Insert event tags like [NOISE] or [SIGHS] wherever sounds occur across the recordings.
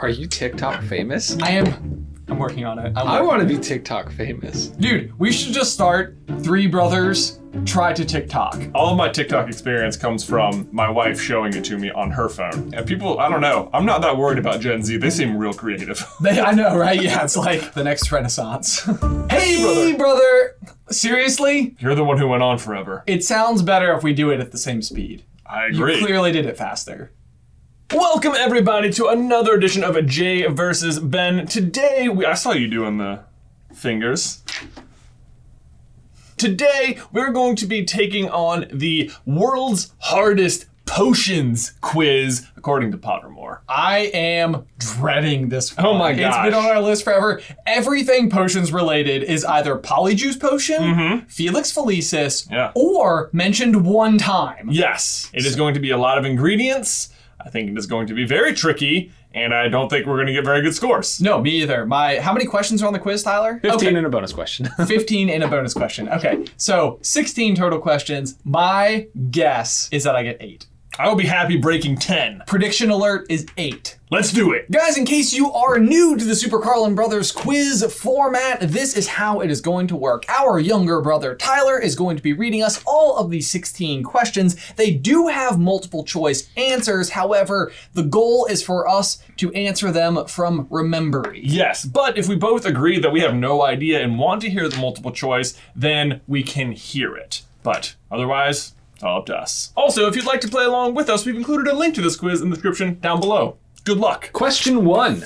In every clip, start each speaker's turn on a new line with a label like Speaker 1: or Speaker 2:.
Speaker 1: Are you TikTok famous?
Speaker 2: I am. I'm working on it. I'm
Speaker 1: I
Speaker 2: working-
Speaker 1: want to be TikTok famous.
Speaker 2: Dude, we should just start three brothers try to TikTok.
Speaker 3: All of my TikTok experience comes from my wife showing it to me on her phone. And people, I don't know, I'm not that worried about Gen Z. They seem real creative. [LAUGHS]
Speaker 2: They, I know, right? Yeah, it's like the next renaissance. [LAUGHS] hey, brother. Seriously?
Speaker 3: You're the one who went on forever.
Speaker 2: It sounds better if we do it at the same speed.
Speaker 3: I
Speaker 2: You
Speaker 3: agree.
Speaker 2: clearly did it faster.
Speaker 4: Welcome everybody to another edition of a Jay versus Ben. Today we
Speaker 3: I saw you doing the fingers.
Speaker 4: today we're going to be taking on the world's hardest potions quiz according to Pottermore.
Speaker 2: I am dreading this.
Speaker 3: Oh my
Speaker 2: It's
Speaker 3: gosh.
Speaker 2: been on our list forever. Everything potions related is either Polyjuice Potion, Felix Felicis,
Speaker 3: Yeah.
Speaker 2: or mentioned one time.
Speaker 4: Yes, it is going to be a lot of ingredients. I think it is going to be very tricky and I don't think we're going to get very good scores.
Speaker 2: No, me either. My how many questions are on the quiz, Tyler?
Speaker 1: 15
Speaker 2: Okay.
Speaker 1: and a bonus question. [LAUGHS]
Speaker 2: 15 and a bonus question. Okay, so 16 total questions. My guess is that I get eight.
Speaker 4: I will be happy breaking 10.
Speaker 2: Prediction alert is eight.
Speaker 4: Let's do it.
Speaker 2: Guys, in case you are new to the Super Carlin Brothers quiz format, this is how it is going to work. Our younger brother Tyler is going to be reading us all of the 16 questions. They do have multiple choice answers, however, the goal is for us to answer them from memory.
Speaker 4: Yes, but if we both agree that we have no idea and want to hear the multiple choice, then we can hear it. But otherwise, it's all up to us. Also, if you'd like to play along with us, we've included a link to this quiz in the description down below. Good luck.
Speaker 1: Question one.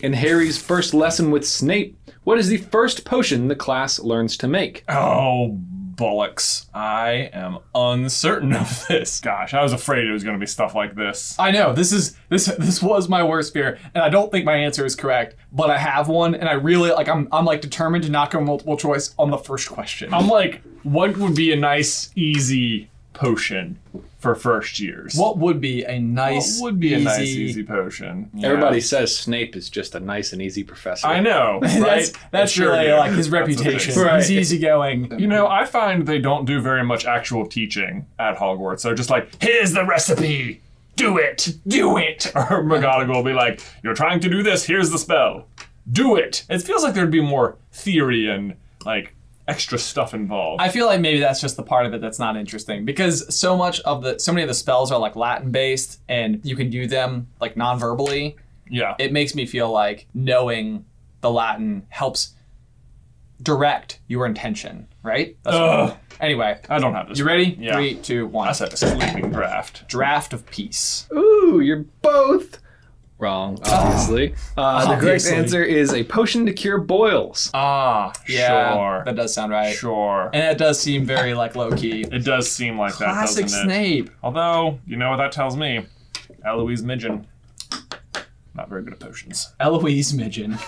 Speaker 1: In Harry's first lesson with Snape, what is the first potion the class learns to make?
Speaker 3: Uh,
Speaker 4: Oh, bollocks. I am uncertain of [LAUGHS] this.
Speaker 3: Gosh, I was afraid it was going to be stuff like this.
Speaker 2: I know this is this this was my worst fear, and I don't think my answer is correct, but I have one, and I really like I'm I'm like determined to not go multiple choice on the first question.
Speaker 3: Um,
Speaker 4: I'm like,
Speaker 3: What would be a nice, easy potion for first years?
Speaker 2: What would be a nice
Speaker 3: What would be a nice,
Speaker 2: easy-
Speaker 3: easy potion? Yeah.
Speaker 1: Everybody says Snape is just a nice and easy professor.
Speaker 3: I know,
Speaker 2: [LAUGHS]
Speaker 3: right?
Speaker 2: [LAUGHS] That's that's
Speaker 3: Sure
Speaker 2: really
Speaker 3: do.
Speaker 2: like his
Speaker 3: That's what it is.
Speaker 2: reputation.
Speaker 1: Right.
Speaker 2: He's easygoing.
Speaker 3: You know, I find they don't do very much actual teaching at Hogwarts. They're just like, here's the recipe. Do it. Do it. [LAUGHS] Or McGonagall will be like, you're trying to do this. Here's the spell. Do it. It feels like there'd be more theory and like extra stuff involved.
Speaker 2: I feel like maybe that's just the part of it that's not interesting because so much of the so many of the spells are like Latin based and you can do them like non-verbally.
Speaker 3: yeah.
Speaker 2: It makes me feel like knowing the Latin helps direct your intention, right? That's what-
Speaker 3: Ugh.
Speaker 2: Anyway,
Speaker 3: I don't have this.
Speaker 2: You ready?
Speaker 3: Yeah.
Speaker 2: Three, two, one.
Speaker 3: That's a sleeping draft.
Speaker 2: Draft of peace.
Speaker 1: Ooh, you're both wrong,
Speaker 3: Ah.
Speaker 1: obviously. Uh, the correct
Speaker 2: Obviously.
Speaker 1: answer is a potion to cure boils.
Speaker 3: Ah,
Speaker 2: Yeah,
Speaker 3: sure.
Speaker 2: that does sound right.
Speaker 3: Sure.
Speaker 2: And that does seem
Speaker 3: [LAUGHS]
Speaker 2: very like low key.
Speaker 3: It does seem like that,
Speaker 2: Classic
Speaker 3: doesn't it?
Speaker 2: Snape.
Speaker 3: Although, you know what that tells me? Eloise Midgen. Not very good at potions.
Speaker 2: Eloise Midgen.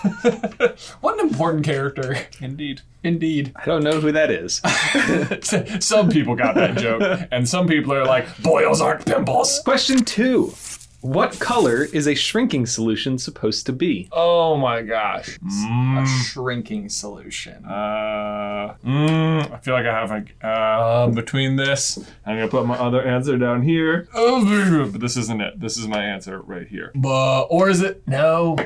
Speaker 2: [LAUGHS] what an important character.
Speaker 3: Indeed. [LAUGHS]
Speaker 2: Indeed.
Speaker 1: I don't know who that is.
Speaker 3: some people got that [LAUGHS] joke, and some people are like, boils aren't pimples.
Speaker 1: Question two. What color is a shrinking solution supposed to be?
Speaker 3: Oh my gosh.
Speaker 2: A
Speaker 3: Mm,
Speaker 2: shrinking solution.
Speaker 3: uh, mm, I feel like I have a uh, between this. I'm gonna put my other answer down here. Oh, but this isn't it. This is my answer right here.
Speaker 4: uh, or is it? No.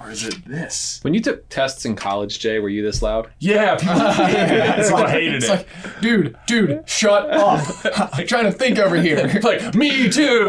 Speaker 3: Or is it this?
Speaker 1: When you took tests in college, Jay, were you this loud?
Speaker 3: Yeah, people
Speaker 2: [LAUGHS] It's
Speaker 3: people
Speaker 2: like-
Speaker 3: hated
Speaker 2: it's
Speaker 3: it.
Speaker 2: like, dude, dude, shut [LAUGHS] up. I'm trying to think over [LAUGHS] here.
Speaker 3: like me too.
Speaker 2: [LAUGHS]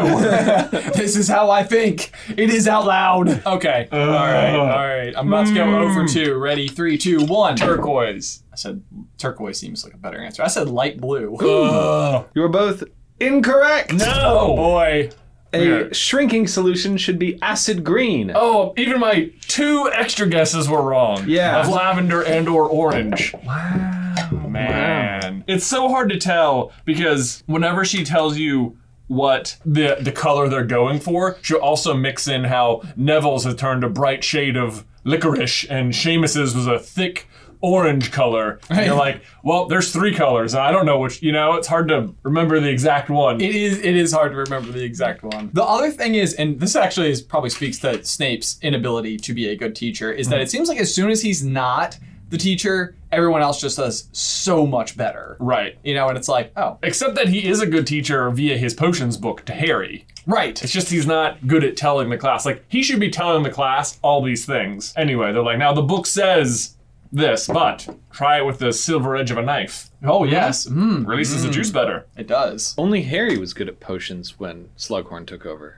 Speaker 2: this is how I think. It is out loud. Uh, mm. Okay. all right. All right. I'm about to go over two. Ready? Three, two, one.
Speaker 3: Turquoise.
Speaker 2: I said turquoise seems like a better answer. I said light blue.
Speaker 3: Oh
Speaker 1: You were both incorrect.
Speaker 3: no!
Speaker 4: Boy.
Speaker 1: A shrinking solution should be acid green.
Speaker 3: Oh, even my two extra guesses were wrong.
Speaker 1: Yeah.
Speaker 3: Of lavender and or orange. Wow. Man. It's so hard to tell because whenever she tells you what the the color they're going for, she'll also mix in how Neville's has turned a bright shade of licorice and Seamus's was a thick orange color. And you're like, well, there's three colors. I don't know which you know, it's hard to remember the exact
Speaker 2: [LAUGHS]
Speaker 3: one.
Speaker 2: It is it is hard to remember the exact one. The other thing is, and this actually Mm. is probably speaks to Snape's inability to be a good teacher, is that it seems like as soon as he's not, the teacher, everyone else just does so much better.
Speaker 3: Right.
Speaker 2: You know, and it's like, oh,
Speaker 3: Except that he is a good teacher via his potions book to Harry.
Speaker 2: right.
Speaker 3: It's just he's not good at telling the class. Like, he should be telling the class all these things. Anyway, they're like, now the book says this, but try it with the silver edge of a knife. Hmm.
Speaker 2: Oh, yes. Mm,
Speaker 3: Releases the juice better.
Speaker 2: it does.
Speaker 1: Only Harry was good at potions when Slughorn took over.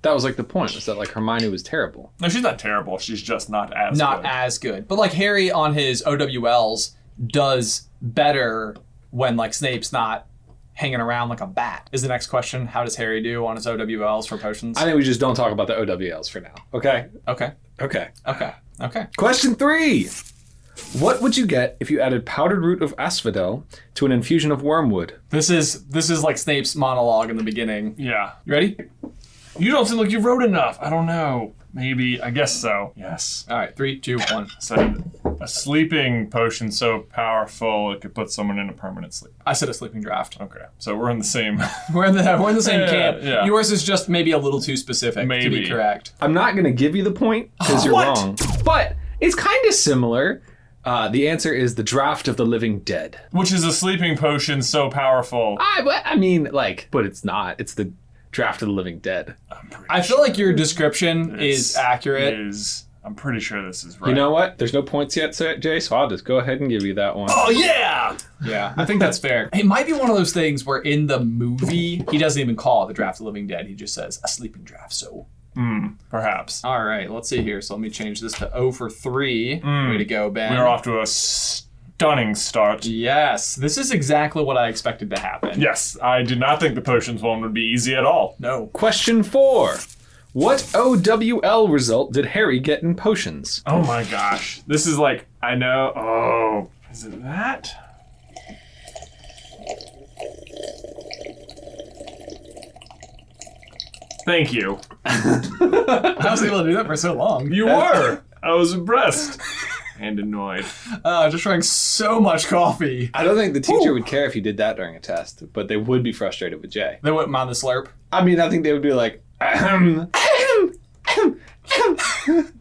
Speaker 1: That was like the point. Was that like Hermione was terrible?
Speaker 3: No, she's not terrible. She's just not as
Speaker 2: Not
Speaker 3: good.
Speaker 2: as good. But like Harry on his OWLs does better when like Snape's not hanging around like a bat. Is the next question, how does Harry do on his OWLs for potions?
Speaker 1: I think we just don't talk about the OWLs for now. Okay.
Speaker 2: okay.
Speaker 1: Okay.
Speaker 2: Okay. Okay.
Speaker 1: Question three. What would you get if you added powdered root of asphodel to an infusion of wormwood?
Speaker 2: This is this is like Snape's monologue in the beginning.
Speaker 3: yeah.
Speaker 2: You ready?
Speaker 3: You don't seem like you wrote enough. I don't know. Maybe. I guess so. Yes.
Speaker 2: All right, three, two, one.
Speaker 3: Said a sleeping potion so powerful it could put someone in a permanent sleep.
Speaker 2: I said a sleeping draft.
Speaker 3: Okay. So we're in the same. [LAUGHS]
Speaker 2: We're in the we're in the same
Speaker 3: Yeah,
Speaker 2: camp.
Speaker 3: yeah.
Speaker 2: Yours is just maybe a little too specific to
Speaker 3: Maybe.
Speaker 2: be correct.
Speaker 1: I'm not going to give you the point because you're
Speaker 2: What?
Speaker 1: wrong. But it's kind of similar. Uh, the answer is the draft of the living dead.
Speaker 3: Which is a sleeping potion so powerful.
Speaker 1: I, but- I mean, like, but it's not. It's the draft of the living dead.
Speaker 2: I feel like your description is
Speaker 3: This
Speaker 2: accurate.
Speaker 3: Is I'm pretty sure this is right.
Speaker 1: You know what? There's no points yet, so- Jay, so I'll just go ahead and give you that one.
Speaker 3: Oh yeah.
Speaker 2: Yeah, I think that's fair. It might be one of those things where in the movie he doesn't even call it the draft of the living dead. He just says a sleeping draft. So
Speaker 3: Perhaps.
Speaker 2: all right, let's see here. So let me change this to O for three. Way to go, Ben.
Speaker 3: Mm. We're off to a stunning start.
Speaker 2: Yes, this is exactly what I expected to happen.
Speaker 3: Yes, I did not think the potions one would be easy at all.
Speaker 2: No.
Speaker 1: Question four. What OWL result did Harry get in potions?
Speaker 3: Oh my gosh. This is like, I know. Oh, is it that? Thank you.
Speaker 2: I was able to do that for so long.
Speaker 3: You were. I was impressed and annoyed.
Speaker 2: Uh, just drank so much coffee.
Speaker 1: I don't think the teacher would care if you did that during a test, but they would be frustrated with Jay.
Speaker 2: They wouldn't mind the slurp.
Speaker 1: I mean, I think they would be like, ahem, ahem, ahem, ahem.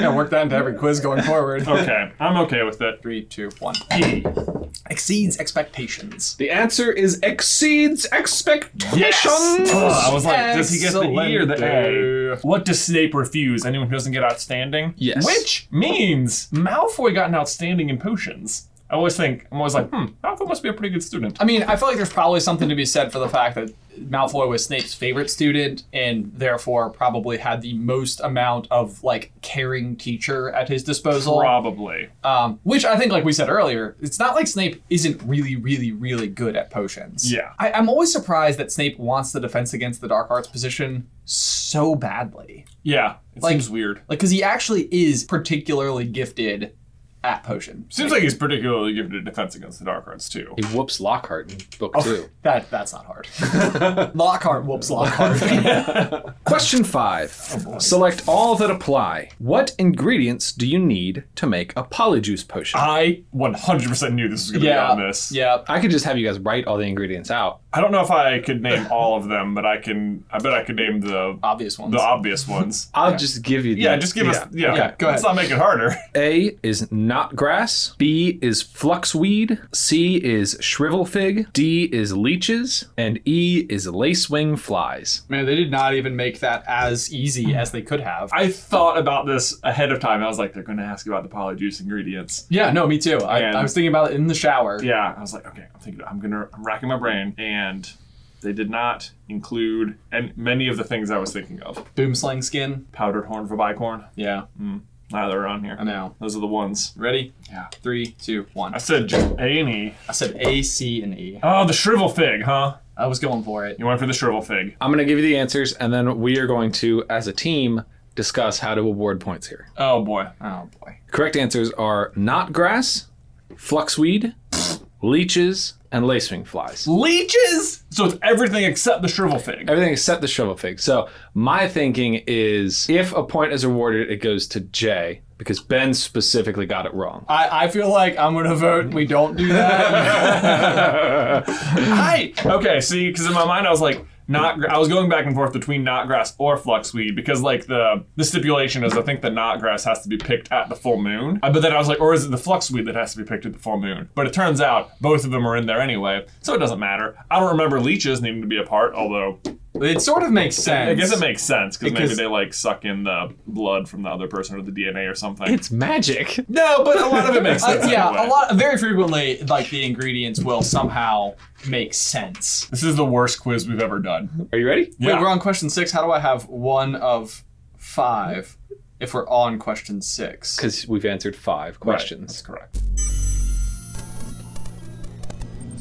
Speaker 2: Yeah, work that into every quiz going forward.
Speaker 3: [LAUGHS] Okay, I'm okay with it.
Speaker 2: Three, two, one.
Speaker 3: E.
Speaker 2: Exceeds expectations.
Speaker 1: the answer is exceeds expectations.
Speaker 3: Oh, I was like, does he get the E or the A?
Speaker 2: Excellent.
Speaker 3: What does Snape refuse? Anyone who doesn't get outstanding?
Speaker 1: Yes.
Speaker 3: Which means Malfoy got an outstanding in potions. I always think, I'm always like, hmm, Malfoy must be a pretty good student.
Speaker 2: I mean, I feel like there's probably something to be said for the fact that Malfoy was Snape's favorite student and therefore probably had the most amount of like caring teacher at his disposal.
Speaker 3: Probably.
Speaker 2: Um, which I think, like we said earlier, it's not like Snape isn't really, really, really good at potions.
Speaker 3: Yeah.
Speaker 2: I, I'm always surprised that Snape wants the defense against the dark arts position so badly.
Speaker 3: Yeah, it
Speaker 2: Like-
Speaker 3: seems weird.
Speaker 2: Like, because he actually is particularly gifted at potions.
Speaker 3: Seems like he's particularly gifted at defense against the Dark Arts, too.
Speaker 1: He whoops Lockhart in book two.
Speaker 2: That that's not hard. Lockhart whoops Lockhart.
Speaker 1: Question five. Select all that apply. What ingredients do you need to make a polyjuice potion?
Speaker 3: I 100% knew this was going to
Speaker 2: yeah.
Speaker 3: be on this.
Speaker 2: Yeah.
Speaker 1: I could just have you guys write all the ingredients out.
Speaker 3: I don't know if I could name all of them, but I can, I bet I could name the,
Speaker 2: Obvious ones.
Speaker 3: the obvious ones.
Speaker 1: I'll just give you. The,
Speaker 3: Yeah, just give us, yeah,
Speaker 2: Yeah, go
Speaker 3: let's not make it harder.
Speaker 1: A is knot grass. B is fluxweed. C is shrivel fig. D is leeches, and E is lacewing flies.
Speaker 2: Man, they did not even make that as easy as they could have.
Speaker 3: I thought about this ahead of time. I was like, they're going to ask about the polyjuice ingredients.
Speaker 2: yeah, no, me too. I,
Speaker 3: Man.
Speaker 2: I was thinking about it in the shower.
Speaker 3: Yeah, I was like, okay, I'm thinking, I'm gonna, I'm racking my brain, and they did not include and many of the things I was thinking of.
Speaker 2: Boomslang skin.
Speaker 3: Powdered horn for bicorn.
Speaker 2: Yeah, Mm-hmm.
Speaker 3: Neither are on here.
Speaker 2: I know.
Speaker 3: Those are the ones.
Speaker 2: Ready?
Speaker 3: Yeah.
Speaker 2: Three, two, one.
Speaker 3: I said just A and E.
Speaker 2: I said A, C, and E.
Speaker 3: Oh, the shrivel fig, huh?
Speaker 2: I was going for it.
Speaker 3: You went for the shrivel fig.
Speaker 1: I'm gonna give you the answers, and then we are going to, as a team, discuss how to award points here.
Speaker 3: Oh boy.
Speaker 2: Oh boy.
Speaker 1: Correct answers are knot grass, fluxweed, leeches, and lacewing flies.
Speaker 3: Leeches. So it's everything except the shrivel fig.
Speaker 1: Everything except the shrivel fig. So my thinking is, if a point is awarded, it goes to Jay because Ben specifically got it wrong.
Speaker 2: I, I feel like I'm gonna vote. We don't do that. [LAUGHS]
Speaker 3: Hi. Okay. See, because in my mind I was like, not. gra- I was going back and forth between knot grass or fluxweed because like the the stipulation is I think the knot grass has to be picked at the full moon. Uh, But then I was like, or is it the fluxweed that has to be picked at the full moon? But it turns out both of them are in there anyway, so it doesn't matter. I don't remember leeches needing to be a part, although
Speaker 5: It sort of makes sense.
Speaker 3: I guess it makes sense because maybe
Speaker 5: Because-
Speaker 3: they like suck in the blood from the other person or the DNA or something.
Speaker 1: It's magic.
Speaker 3: no, but a lot of
Speaker 2: [LAUGHS]
Speaker 3: it makes
Speaker 2: Uh,
Speaker 3: sense.
Speaker 2: yeah,
Speaker 3: anyway.
Speaker 2: a lot. Very frequently, like the ingredients will somehow make sense.
Speaker 3: This is the worst quiz we've ever done.
Speaker 1: Are you ready?
Speaker 3: Yeah.
Speaker 2: Wait, we're on question six. How do I have one of five if we're on question six?
Speaker 1: Because we've answered five
Speaker 3: That's
Speaker 1: questions.
Speaker 3: correct. So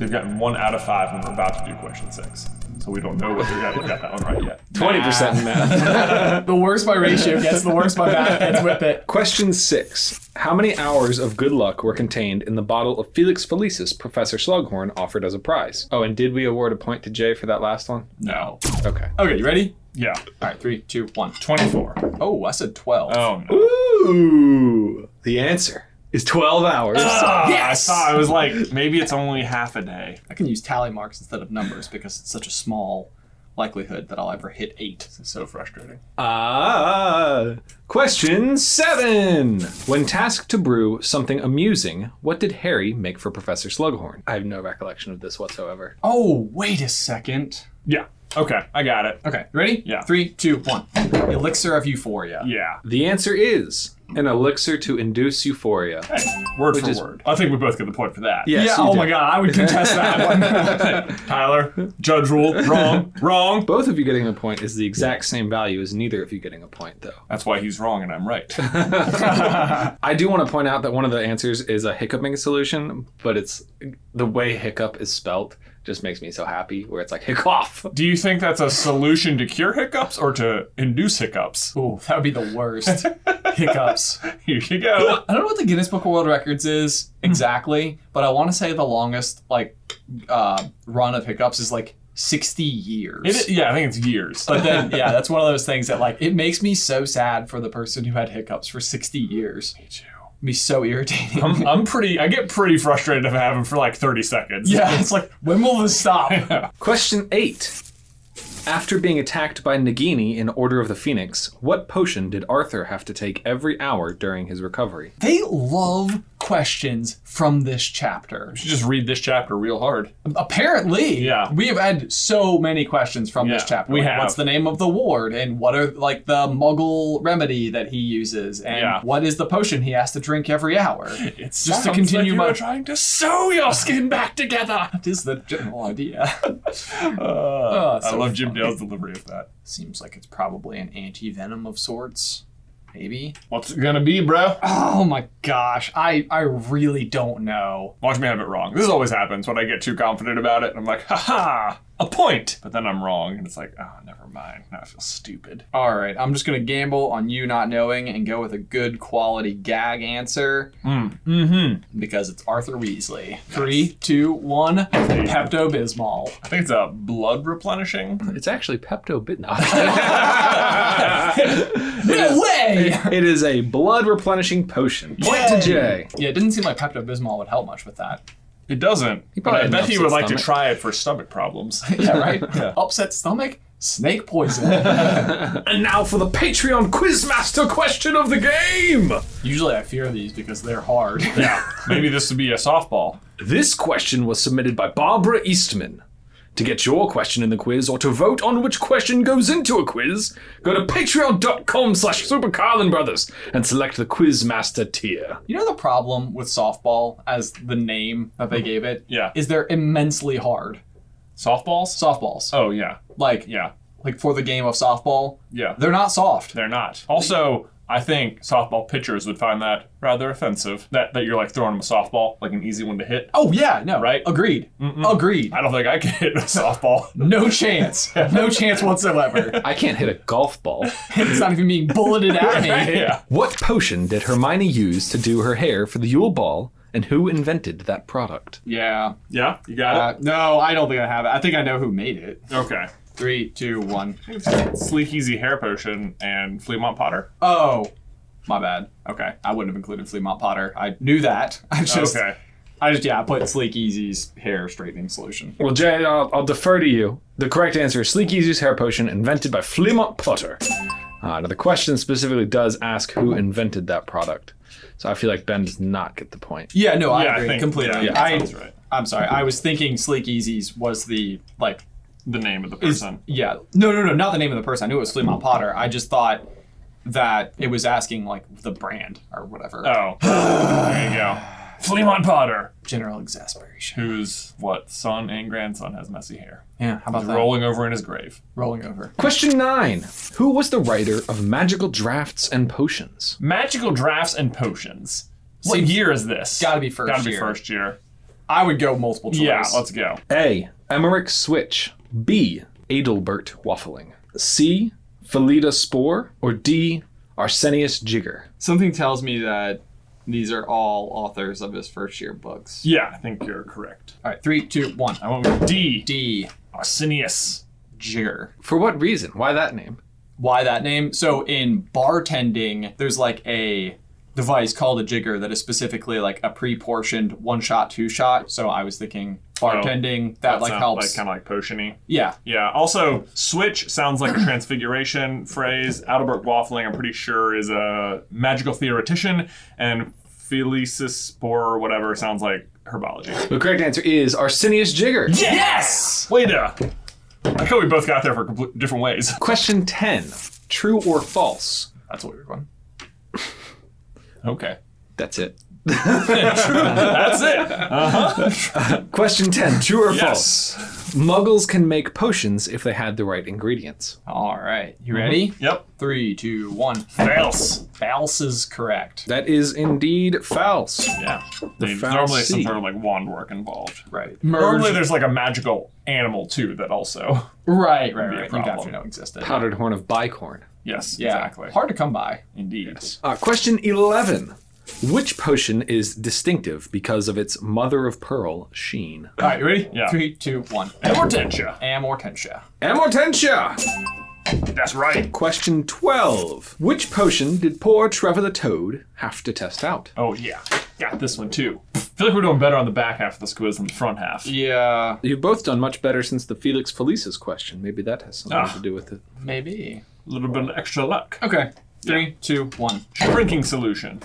Speaker 3: you've gotten one out of five, and we're about to do question six. So we don't know whether we got got that one right yet.
Speaker 1: Twenty percent
Speaker 2: Ah.
Speaker 1: in
Speaker 2: [LAUGHS]
Speaker 1: math.
Speaker 2: The worse my ratio gets, the worse my math gets with it.
Speaker 1: Question six: How many hours of good luck were contained in the bottle of Felix Felicis Professor Slughorn offered as a prize? Oh, and did we award a point to Jay for that last one?
Speaker 3: No.
Speaker 1: Okay.
Speaker 2: Okay, you ready?
Speaker 3: Yeah.
Speaker 2: All right, three, two, one.
Speaker 3: Twenty-four.
Speaker 2: Oh, I said twelve.
Speaker 3: Oh no.
Speaker 1: Ooh, the answer is twelve hours.
Speaker 3: Ah,
Speaker 2: Yes!
Speaker 3: I thought I was like, maybe it's only half a day.
Speaker 2: I can use tally marks instead of numbers because it's such a small likelihood that I'll ever hit eight.
Speaker 3: It's so frustrating.
Speaker 1: Ah. Question seven. When tasked to brew something amusing, what did Harry make for Professor Slughorn? I have no recollection of this whatsoever.
Speaker 2: Oh, wait a second.
Speaker 3: Yeah. Okay. I got it.
Speaker 2: Okay, you ready?
Speaker 3: Yeah.
Speaker 2: Three, two, one. Elixir of Euphoria.
Speaker 3: Yeah.
Speaker 1: The answer is an elixir to induce euphoria.
Speaker 3: Hey, word
Speaker 1: Which
Speaker 3: for
Speaker 1: is-
Speaker 3: word. I think we both get the point for that.
Speaker 1: Yes,
Speaker 2: Yeah,
Speaker 1: you
Speaker 2: oh
Speaker 1: did.
Speaker 2: my god, I would contest that
Speaker 1: [LAUGHS]
Speaker 2: one.
Speaker 3: [LAUGHS]
Speaker 2: [LAUGHS]
Speaker 3: Tyler, judge rule, wrong, wrong.
Speaker 1: Both of you getting a point is the exact same value as neither of you getting a point, [LAUGHS] though.
Speaker 3: That's why he's wrong and I'm [LAUGHS] right.
Speaker 1: I do want to point out that one of the answers is a hiccuping solution, but it's the way hiccup is spelt just makes me so happy, where it's like hiccough.
Speaker 3: Do you think that's a solution to cure hiccups or to induce hiccups? [LAUGHS]
Speaker 2: Ooh, that would be the
Speaker 1: [LAUGHS]
Speaker 2: worst. Hiccups.
Speaker 3: Here you go.
Speaker 2: I don't know what the Guinness Book of World Records is
Speaker 3: Hmm.
Speaker 2: exactly, but I want to say the longest like uh, run of hiccups is like 60 years.
Speaker 3: It, yeah, I think it's years.
Speaker 2: But then, yeah, that's one of those things that like it makes me so sad for the person who had hiccups for 60 years.
Speaker 3: Me too.
Speaker 2: It'd be so irritating.
Speaker 3: I'm, I'm pretty. I get pretty frustrated if I have them for like 30
Speaker 2: [LAUGHS]
Speaker 3: seconds.
Speaker 2: yeah, it's like when will this
Speaker 3: [LAUGHS]
Speaker 2: stop?
Speaker 1: Question eight. After being attacked by Nagini in Order of the Phoenix, what potion did Arthur have to take every hour during his recovery?
Speaker 2: They love questions from this chapter.
Speaker 3: You should just read this chapter real hard.
Speaker 2: Apparently,
Speaker 3: Yeah.
Speaker 2: we have had so many questions from this
Speaker 3: Yeah,
Speaker 2: chapter.
Speaker 3: we
Speaker 2: Like,
Speaker 3: have.
Speaker 2: What's the name of the ward, and what are like the Muggle remedy that he uses, and
Speaker 3: Yeah.
Speaker 2: what is the potion he has to drink every hour?
Speaker 3: It's
Speaker 2: Just to continue
Speaker 3: like
Speaker 2: my-
Speaker 3: you're trying to sew your skin back together.
Speaker 2: That is the general idea.
Speaker 3: [LAUGHS]
Speaker 2: [LAUGHS]
Speaker 3: Uh, I
Speaker 2: so
Speaker 3: love Jim Dale's delivery of that.
Speaker 2: Seems like it's probably an anti venom of sorts, maybe.
Speaker 3: What's it gonna be, bro?
Speaker 2: Oh my gosh, I I really don't know.
Speaker 3: Watch me have it wrong. This always happens when I get too confident about it. I'm like, ha ha, a point. But then I'm wrong, and it's like, oh, never mind. Now I feel stupid.
Speaker 2: All right, I'm just gonna gamble on you not knowing and go with a good quality gag answer
Speaker 3: Mm-hmm.
Speaker 2: because it's Arthur Weasley. Three, two, one. Pepto Bismol.
Speaker 3: I think it's a blood replenishing.
Speaker 1: It's actually Pepto
Speaker 2: No
Speaker 1: Bitnot.
Speaker 2: way!
Speaker 1: [LAUGHS] it is a blood replenishing potion. Point to
Speaker 2: Yay!
Speaker 1: Jay.
Speaker 2: Yeah, it didn't seem like Pepto Bismol would help much with that.
Speaker 3: It doesn't. but
Speaker 1: probably
Speaker 3: I
Speaker 1: had
Speaker 3: bet
Speaker 1: an
Speaker 3: he would
Speaker 1: upset
Speaker 3: like
Speaker 1: stomach.
Speaker 3: to try it for stomach [LAUGHS] problems.
Speaker 2: Yeah, right. Upset stomach, snake
Speaker 3: [LAUGHS]
Speaker 2: poison.
Speaker 1: And now for the Patreon Quizmaster question of the game.
Speaker 2: Usually, I fear these because they're hard.
Speaker 3: yeah. Maybe this would be a softball.
Speaker 1: This question was submitted by Barbara Eastman. To get your question in the quiz or to vote on which question goes into a quiz, go to patreon.com slash supercarlinbrothers and select the Quizmaster tier.
Speaker 2: You know the problem with softball as the name that they gave it?
Speaker 3: Mm-hmm. Yeah.
Speaker 2: Is they're immensely hard.
Speaker 3: Softballs?
Speaker 2: Softballs.
Speaker 3: Oh, yeah.
Speaker 2: Like
Speaker 3: Yeah.
Speaker 2: like for the game of softball,
Speaker 3: Yeah.
Speaker 2: they're not soft.
Speaker 3: They're not. Also, I think softball pitchers would find that rather offensive. That, that you're like throwing them a softball, like an easy one to hit.
Speaker 2: Oh yeah, no.
Speaker 3: Right?
Speaker 2: Agreed. Agreed.
Speaker 3: I don't think I could [LAUGHS] hit
Speaker 2: [LAUGHS]
Speaker 3: a softball.
Speaker 2: No
Speaker 3: [LAUGHS]
Speaker 2: chance. No chance whatsoever.
Speaker 1: I can't hit a golf ball.
Speaker 2: It's not even being bulleted at
Speaker 3: [LAUGHS]
Speaker 2: me.
Speaker 3: yeah.
Speaker 1: what potion did Hermione use to do her hair for the Yule Ball, and who invented that product?
Speaker 2: Yeah.
Speaker 3: Yeah. You got
Speaker 2: Uh, no, I don't think I have it. I think I know who made it.
Speaker 3: it? Okay.
Speaker 2: Three, two, one.
Speaker 3: Sleek Easy Hair Potion and Fleamont Potter.
Speaker 2: Oh, my bad.
Speaker 3: Okay.
Speaker 2: I wouldn't have included Fleamont Potter. I knew that. [LAUGHS] I just
Speaker 3: okay.
Speaker 2: I just yeah, I put Sleek Easy's hair straightening solution.
Speaker 1: Well, Jay, I'll, I'll defer to you. The correct answer is Sleek Easy's hair potion, invented by Fleamont Potter. Uh, now, the question specifically does ask who invented that product. So I feel like Ben does not get the point.
Speaker 6: Yeah, no, I
Speaker 3: Yeah, I
Speaker 6: agree
Speaker 3: think-
Speaker 6: completely.
Speaker 3: yeah,
Speaker 2: I,
Speaker 3: That's right.
Speaker 2: I'm sorry. I was thinking Sleek Easy's was the like
Speaker 3: The name of the
Speaker 2: is
Speaker 3: person.
Speaker 2: yeah. No, no, no, not the name of the person. I knew it was Fleamont Potter. I just thought that it was asking like the brand or whatever. [SIGHS]
Speaker 3: oh, there you go. Fleamont Potter,
Speaker 2: General exasperation.
Speaker 3: whose what son and grandson has messy hair,
Speaker 2: Yeah, how about
Speaker 3: He's
Speaker 2: that?
Speaker 3: rolling over in his grave.
Speaker 2: Rolling over.
Speaker 1: Question nine Who was the writer of Magical Drafts and Potions?
Speaker 3: Magical drafts and potions. What year is this?
Speaker 2: Gotta be first
Speaker 3: Gotta be
Speaker 2: year.
Speaker 3: first year.
Speaker 2: I would go multiple choice.
Speaker 3: Yeah, let's go.
Speaker 1: A. Emmerich Switch. B. Adelbert Waffling. C. Felida Spore. Or D. Arsenius Jigger.
Speaker 2: Something tells me that these are all authors of his first year books.
Speaker 3: Yeah, I think you're correct.
Speaker 2: All right, three, two, one.
Speaker 3: I went with D.
Speaker 2: D.
Speaker 3: Arsenius.
Speaker 2: Jigger.
Speaker 1: For what reason? Why that name?
Speaker 2: Why that name? So in bartending, there's like a device called a jigger that is specifically like a pre-portioned one shot, two shot. So I was thinking bartending Oh, that, like helps.
Speaker 3: kind of like potiony.
Speaker 2: yeah,
Speaker 3: Yeah. Also, switch sounds like
Speaker 2: [CLEARS THROAT]
Speaker 3: a transfiguration phrase. Adelbert Waffling, I'm pretty sure, is a magical theoretician, and Felicis Spore, or whatever, sounds like herbology.
Speaker 1: The correct answer is Arsenius Jigger.
Speaker 3: Yes. Way to. I feel we both got there for complete different ways.
Speaker 1: Question 10 True or false?
Speaker 2: that's a weird [LAUGHS] one. [LAUGHS]
Speaker 3: Okay.
Speaker 1: That's it.
Speaker 3: That's it.
Speaker 1: Question 10 True or
Speaker 3: Yes.
Speaker 1: false? Muggles can make potions if they had the right ingredients.
Speaker 2: All right, you ready?
Speaker 3: Yep.
Speaker 2: Three, two, one.
Speaker 3: Fails.
Speaker 2: False is correct.
Speaker 1: That is indeed false.
Speaker 3: Yeah. There's
Speaker 1: foul
Speaker 3: normally some
Speaker 1: seed.
Speaker 3: sort of like wand work involved.
Speaker 2: Right.
Speaker 3: Normally, there's like a magical animal too that also. [LAUGHS]
Speaker 2: Right, right,
Speaker 3: be a
Speaker 2: right. You'd have to
Speaker 3: problem.
Speaker 2: know existed.
Speaker 1: Powdered horn of bicorn.
Speaker 3: Yes.
Speaker 2: Yeah,
Speaker 3: Exactly.
Speaker 2: hard to come by.
Speaker 3: Indeed.
Speaker 1: Uh, question 11 Which potion is distinctive because of its mother of pearl sheen?
Speaker 2: All right, you ready?
Speaker 3: Yeah.
Speaker 2: Three, two, one.
Speaker 3: Hortensia.
Speaker 2: Amortentia.
Speaker 1: Amortentia!
Speaker 3: That's right.
Speaker 1: Question 12 Which potion did poor Trevor the Toad have to test out?
Speaker 3: Oh yeah, got this one too. I feel like we're doing better on the back half of this quiz than the front half.
Speaker 2: Yeah,
Speaker 1: You've both done much better since the Felix Felices question. Maybe that has something
Speaker 3: Ah.
Speaker 1: to do with it.
Speaker 2: maybe.
Speaker 3: A little bit of extra luck.
Speaker 2: Okay. Three, two, one.
Speaker 3: Shrinking solution.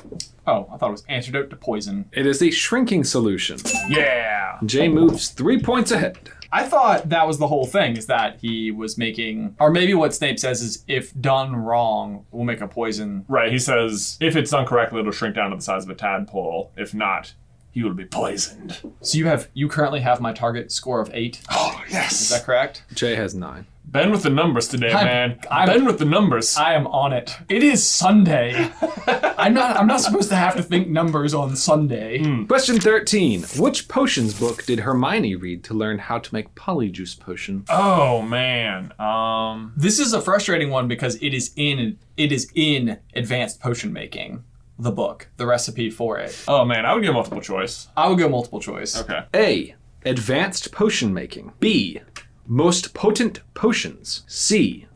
Speaker 2: Oh, I thought it was antidote to poison.
Speaker 1: It is the shrinking solution.
Speaker 3: Yeah.
Speaker 1: Jay moves three points ahead.
Speaker 2: I thought that was the whole thing, is that he was making, or maybe what Snape says is, if done wrong, will make a poison.
Speaker 3: Right. He says if it's done correctly, it'll shrink down to the size of a tadpole. If not, he will be poisoned.
Speaker 2: So you have, you currently have my target score of eight.
Speaker 3: Oh yes.
Speaker 2: Is that correct?
Speaker 1: Jay has nine.
Speaker 3: Ben with the numbers today,
Speaker 2: I'm-
Speaker 3: man.
Speaker 2: I'm-
Speaker 3: ben with the
Speaker 2: [LAUGHS]
Speaker 3: numbers.
Speaker 2: I am on it. It is Sunday. [LAUGHS] I'm not. I'm not supposed to have to think numbers on Sunday.
Speaker 1: Question 13. Which potions book did Hermione read to learn how to make polyjuice potion?
Speaker 3: oh man. Um.
Speaker 2: This is a frustrating one because it is in. It is in advanced potion making. The book, the recipe for it.
Speaker 3: Oh man. I would give multiple choice.
Speaker 2: I would go multiple choice.
Speaker 3: Okay.
Speaker 1: A. Advanced potion making. B. Most potent potions. C.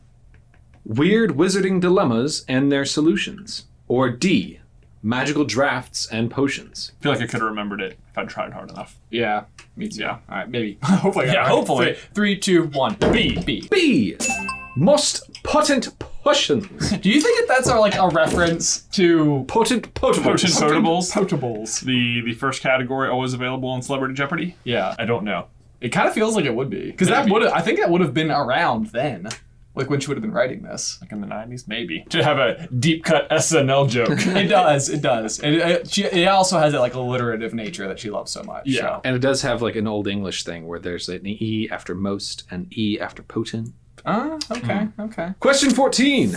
Speaker 1: Weird wizarding dilemmas and their solutions. Or D. Magical drafts and potions.
Speaker 3: I feel like I could have remembered it if I tried hard enough.
Speaker 2: Yeah, me too.
Speaker 3: Yeah.
Speaker 2: All right, maybe. [LAUGHS] hopefully. I got
Speaker 3: Yeah,
Speaker 2: it right.
Speaker 3: hopefully.
Speaker 2: Three, three, two, one.
Speaker 3: B.
Speaker 2: B.
Speaker 1: B. Most potent
Speaker 2: [LAUGHS]
Speaker 1: potions.
Speaker 2: Do you think that that's a, like a reference to
Speaker 1: Potent potables.
Speaker 3: Potion potables.
Speaker 2: potables?
Speaker 3: The the first category always available on Celebrity Jeopardy.
Speaker 2: Yeah,
Speaker 3: I don't know.
Speaker 2: it kind of feels like it would be because that
Speaker 3: Maybe.
Speaker 2: would. I think that would have been around then, like when she would have been writing this.
Speaker 3: Like in the nineties, maybe to have a deep cut SNL joke.
Speaker 2: [LAUGHS] it does. It does. And it, it, she, it also has that like alliterative nature that she loves so much.
Speaker 3: Yeah.
Speaker 1: And it does have like an old English thing where there's an E after most and E after potent.
Speaker 2: So. Uh, okay.
Speaker 3: Hmm.
Speaker 2: Okay.
Speaker 1: Question 14.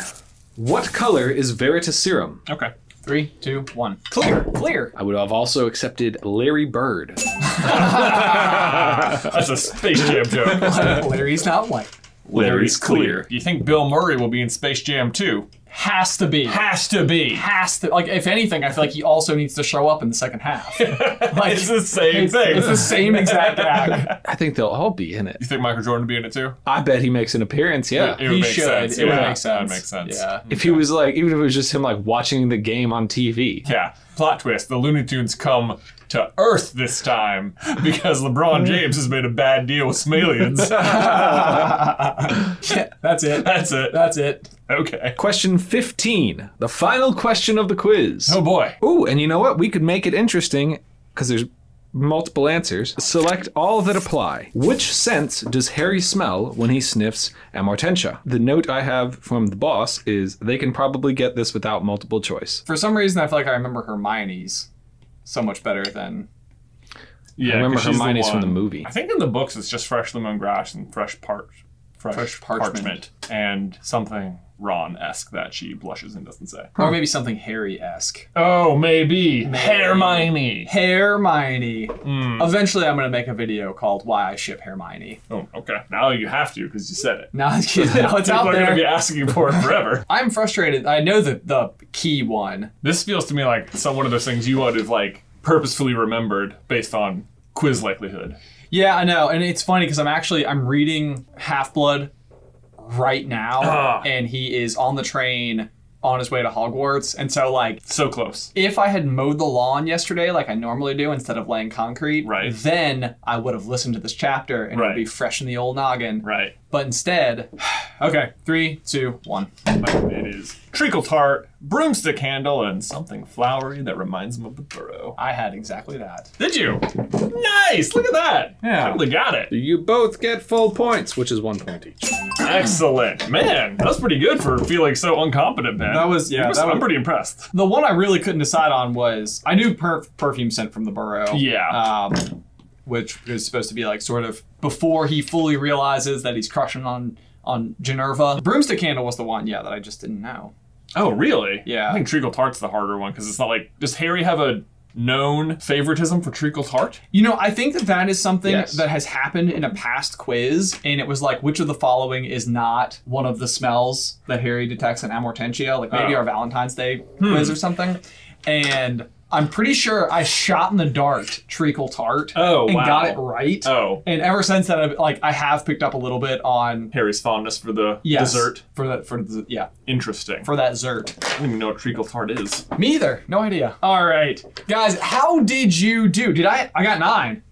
Speaker 1: What color is Veritas serum?
Speaker 3: okay.
Speaker 2: Three, two, one. Clear. Clear. [LAUGHS]
Speaker 1: I would have also accepted Larry Bird.
Speaker 3: That's a Space Jam joke.
Speaker 2: [LAUGHS] Larry's not white.
Speaker 1: Larry's clear.
Speaker 3: Do you think Bill Murray will be in Space Jam 2?
Speaker 2: Has to be.
Speaker 3: Has to be.
Speaker 2: Has to. Like, if anything, I feel like he also needs to show up in the second
Speaker 3: [LAUGHS]
Speaker 2: half. Like,
Speaker 3: [LAUGHS] It's the same
Speaker 2: it's,
Speaker 3: thing.
Speaker 2: it's the same
Speaker 3: [LAUGHS]
Speaker 2: exact act.
Speaker 1: I think they'll all be in it.
Speaker 3: you think Michael Jordan will be in it too?
Speaker 1: I bet he makes an appearance, yeah.
Speaker 3: It
Speaker 2: he
Speaker 3: make
Speaker 2: should.
Speaker 3: sense.
Speaker 2: It would
Speaker 3: Yeah,
Speaker 2: make sense.
Speaker 3: That makes sense.
Speaker 2: Yeah.
Speaker 1: If he was like, even if it was just him like watching the game on TV.
Speaker 3: Yeah. Plot twist: the Looney Tunes come to Earth this time because LeBron James has made a bad deal with some aliens.
Speaker 2: That's it.
Speaker 3: That's it.
Speaker 2: That's it.
Speaker 3: Okay.
Speaker 1: Question 15, the final question of the quiz.
Speaker 3: Oh boy.
Speaker 1: Ooh, and you know what? We could make it interesting because there's multiple answers. Select all that apply. Which sense does Harry smell when he sniffs amortentia? The note I have from the boss is they can probably get this without multiple choice.
Speaker 2: For some reason, I feel like I remember Hermione's so much better than.
Speaker 3: Yeah.
Speaker 1: I remember
Speaker 3: 'cause she's
Speaker 1: Hermione's from the
Speaker 3: one-
Speaker 1: movie.
Speaker 3: I think in the books it's just fresh lemon grass and fresh parch, fresh,
Speaker 2: Fresh parchment.
Speaker 3: parchment. and something Ron-esque that she blushes and doesn't say.
Speaker 2: Or maybe something Harry esque.
Speaker 3: Oh, maybe Hermione.
Speaker 2: Hermione.
Speaker 3: Hmm.
Speaker 2: Eventually, I'm going to make a video called Why I Ship Hermione.
Speaker 3: Oh, okay. Now you have to because you said it.
Speaker 2: Now,
Speaker 3: [LAUGHS]
Speaker 2: now it's
Speaker 3: People
Speaker 2: out
Speaker 3: are going to be
Speaker 2: there.
Speaker 3: asking you for it forever.
Speaker 2: I'm frustrated. I know the, the key one.
Speaker 3: this feels to me like some one of those things you would have like purposefully remembered based on quiz likelihood.
Speaker 2: Yeah, I know, and it's funny because I'm actually I'm reading Half Blood right now,
Speaker 3: Ah.
Speaker 2: and he is on the train on his way to Hogwarts, and so like
Speaker 3: So close.
Speaker 2: if I had mowed the lawn yesterday like I normally do instead of laying concrete,
Speaker 3: Right.
Speaker 2: then I would have listened to this chapter and it would
Speaker 3: Right.
Speaker 2: be fresh in the old noggin.
Speaker 3: Right.
Speaker 2: But instead, [SIGHS] okay, three, two, one.
Speaker 3: Like, it is treacle tart, broomstick handle, and something flowery that reminds him of the burrow.
Speaker 2: I had exactly that.
Speaker 3: Did you? Nice! Look at that!
Speaker 2: Yeah.
Speaker 3: Totally got it.
Speaker 1: You both get full points, which is one point each.
Speaker 3: Excellent. Man, that's pretty good for feeling so incompetent, man.
Speaker 2: That was- yeah,
Speaker 3: You must-
Speaker 2: that was-
Speaker 3: I'm pretty impressed.
Speaker 2: The one I really couldn't decide on was I knew perf- perfume scent from the burrow.
Speaker 3: Yeah.
Speaker 2: Um, which is supposed to be like sort of before he fully realizes that he's crushing on on Generva. Broomstick candle was the one, yeah, that I just didn't know.
Speaker 3: Oh, really?
Speaker 2: Yeah.
Speaker 3: I think treacle tart's the harder one because it's not like. Does Harry have a known favoritism for treacle tart?
Speaker 2: You know, I think that that is something
Speaker 1: Yes.
Speaker 2: that has happened in a past quiz, and it was like which of the following is not one of the smells that Harry detects in Amortentia, like maybe
Speaker 3: Oh. Hmm.
Speaker 2: our Valentine's Day quiz or something. And I'm pretty sure I shot in the dark treacle tart
Speaker 3: Oh,
Speaker 2: and
Speaker 3: wow.
Speaker 2: got it right.
Speaker 3: Oh.
Speaker 2: And ever since then, I've, like I have picked up a little bit on
Speaker 3: Harry's fondness for the
Speaker 2: yes,
Speaker 3: dessert.
Speaker 2: for that for the, yeah
Speaker 3: Interesting.
Speaker 2: for that dessert.
Speaker 3: I don't even know what treacle tart is.
Speaker 2: Me either, no idea. Uh,
Speaker 3: All right.
Speaker 2: Guys, how did you do? Did I? I got nine.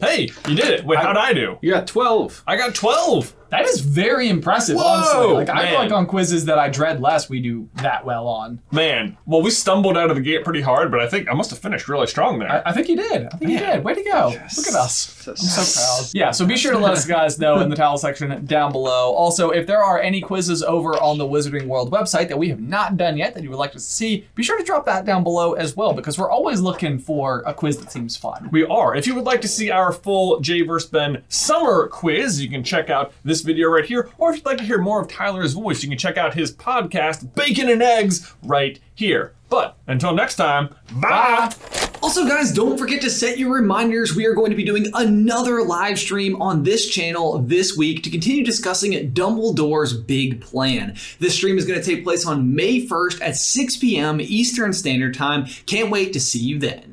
Speaker 3: Hey, you did it. Wait, how'd I do?
Speaker 1: You got 12.
Speaker 3: I got 12.
Speaker 2: That is very impressive,
Speaker 3: Whoa,
Speaker 2: honestly. Like I feel
Speaker 3: man.
Speaker 2: like on quizzes that I dread less, we do that well on.
Speaker 3: Man, well, we stumbled out of the gate pretty hard, but I think I must have finished really strong there.
Speaker 2: I, I think you did. I think you did. Way to go! Look at us. I'm
Speaker 3: [LAUGHS]
Speaker 2: so proud. Yeah. So be sure to let us guys know in the towel section down below. Also, if there are any quizzes over on the Wizarding World website that we have not done yet that you would like to see, be sure to drop that down below as well because we're always looking for a quiz that seems fun.
Speaker 3: we are. If you would like to see our full J vs. Ben summer quiz, you can check out this video right here. Or if you'd like to hear more of Tyler's voice, you can check out his podcast, Bacon and Eggs, right here. But until next time, bye.
Speaker 7: Also, guys, don't forget to set your reminders. We are going to be doing another live stream on this channel this week to continue discussing Dumbledore's big plan. This stream is going to take place on May 1st at 6 p.m. Eastern Standard Time. Can't wait to see you then.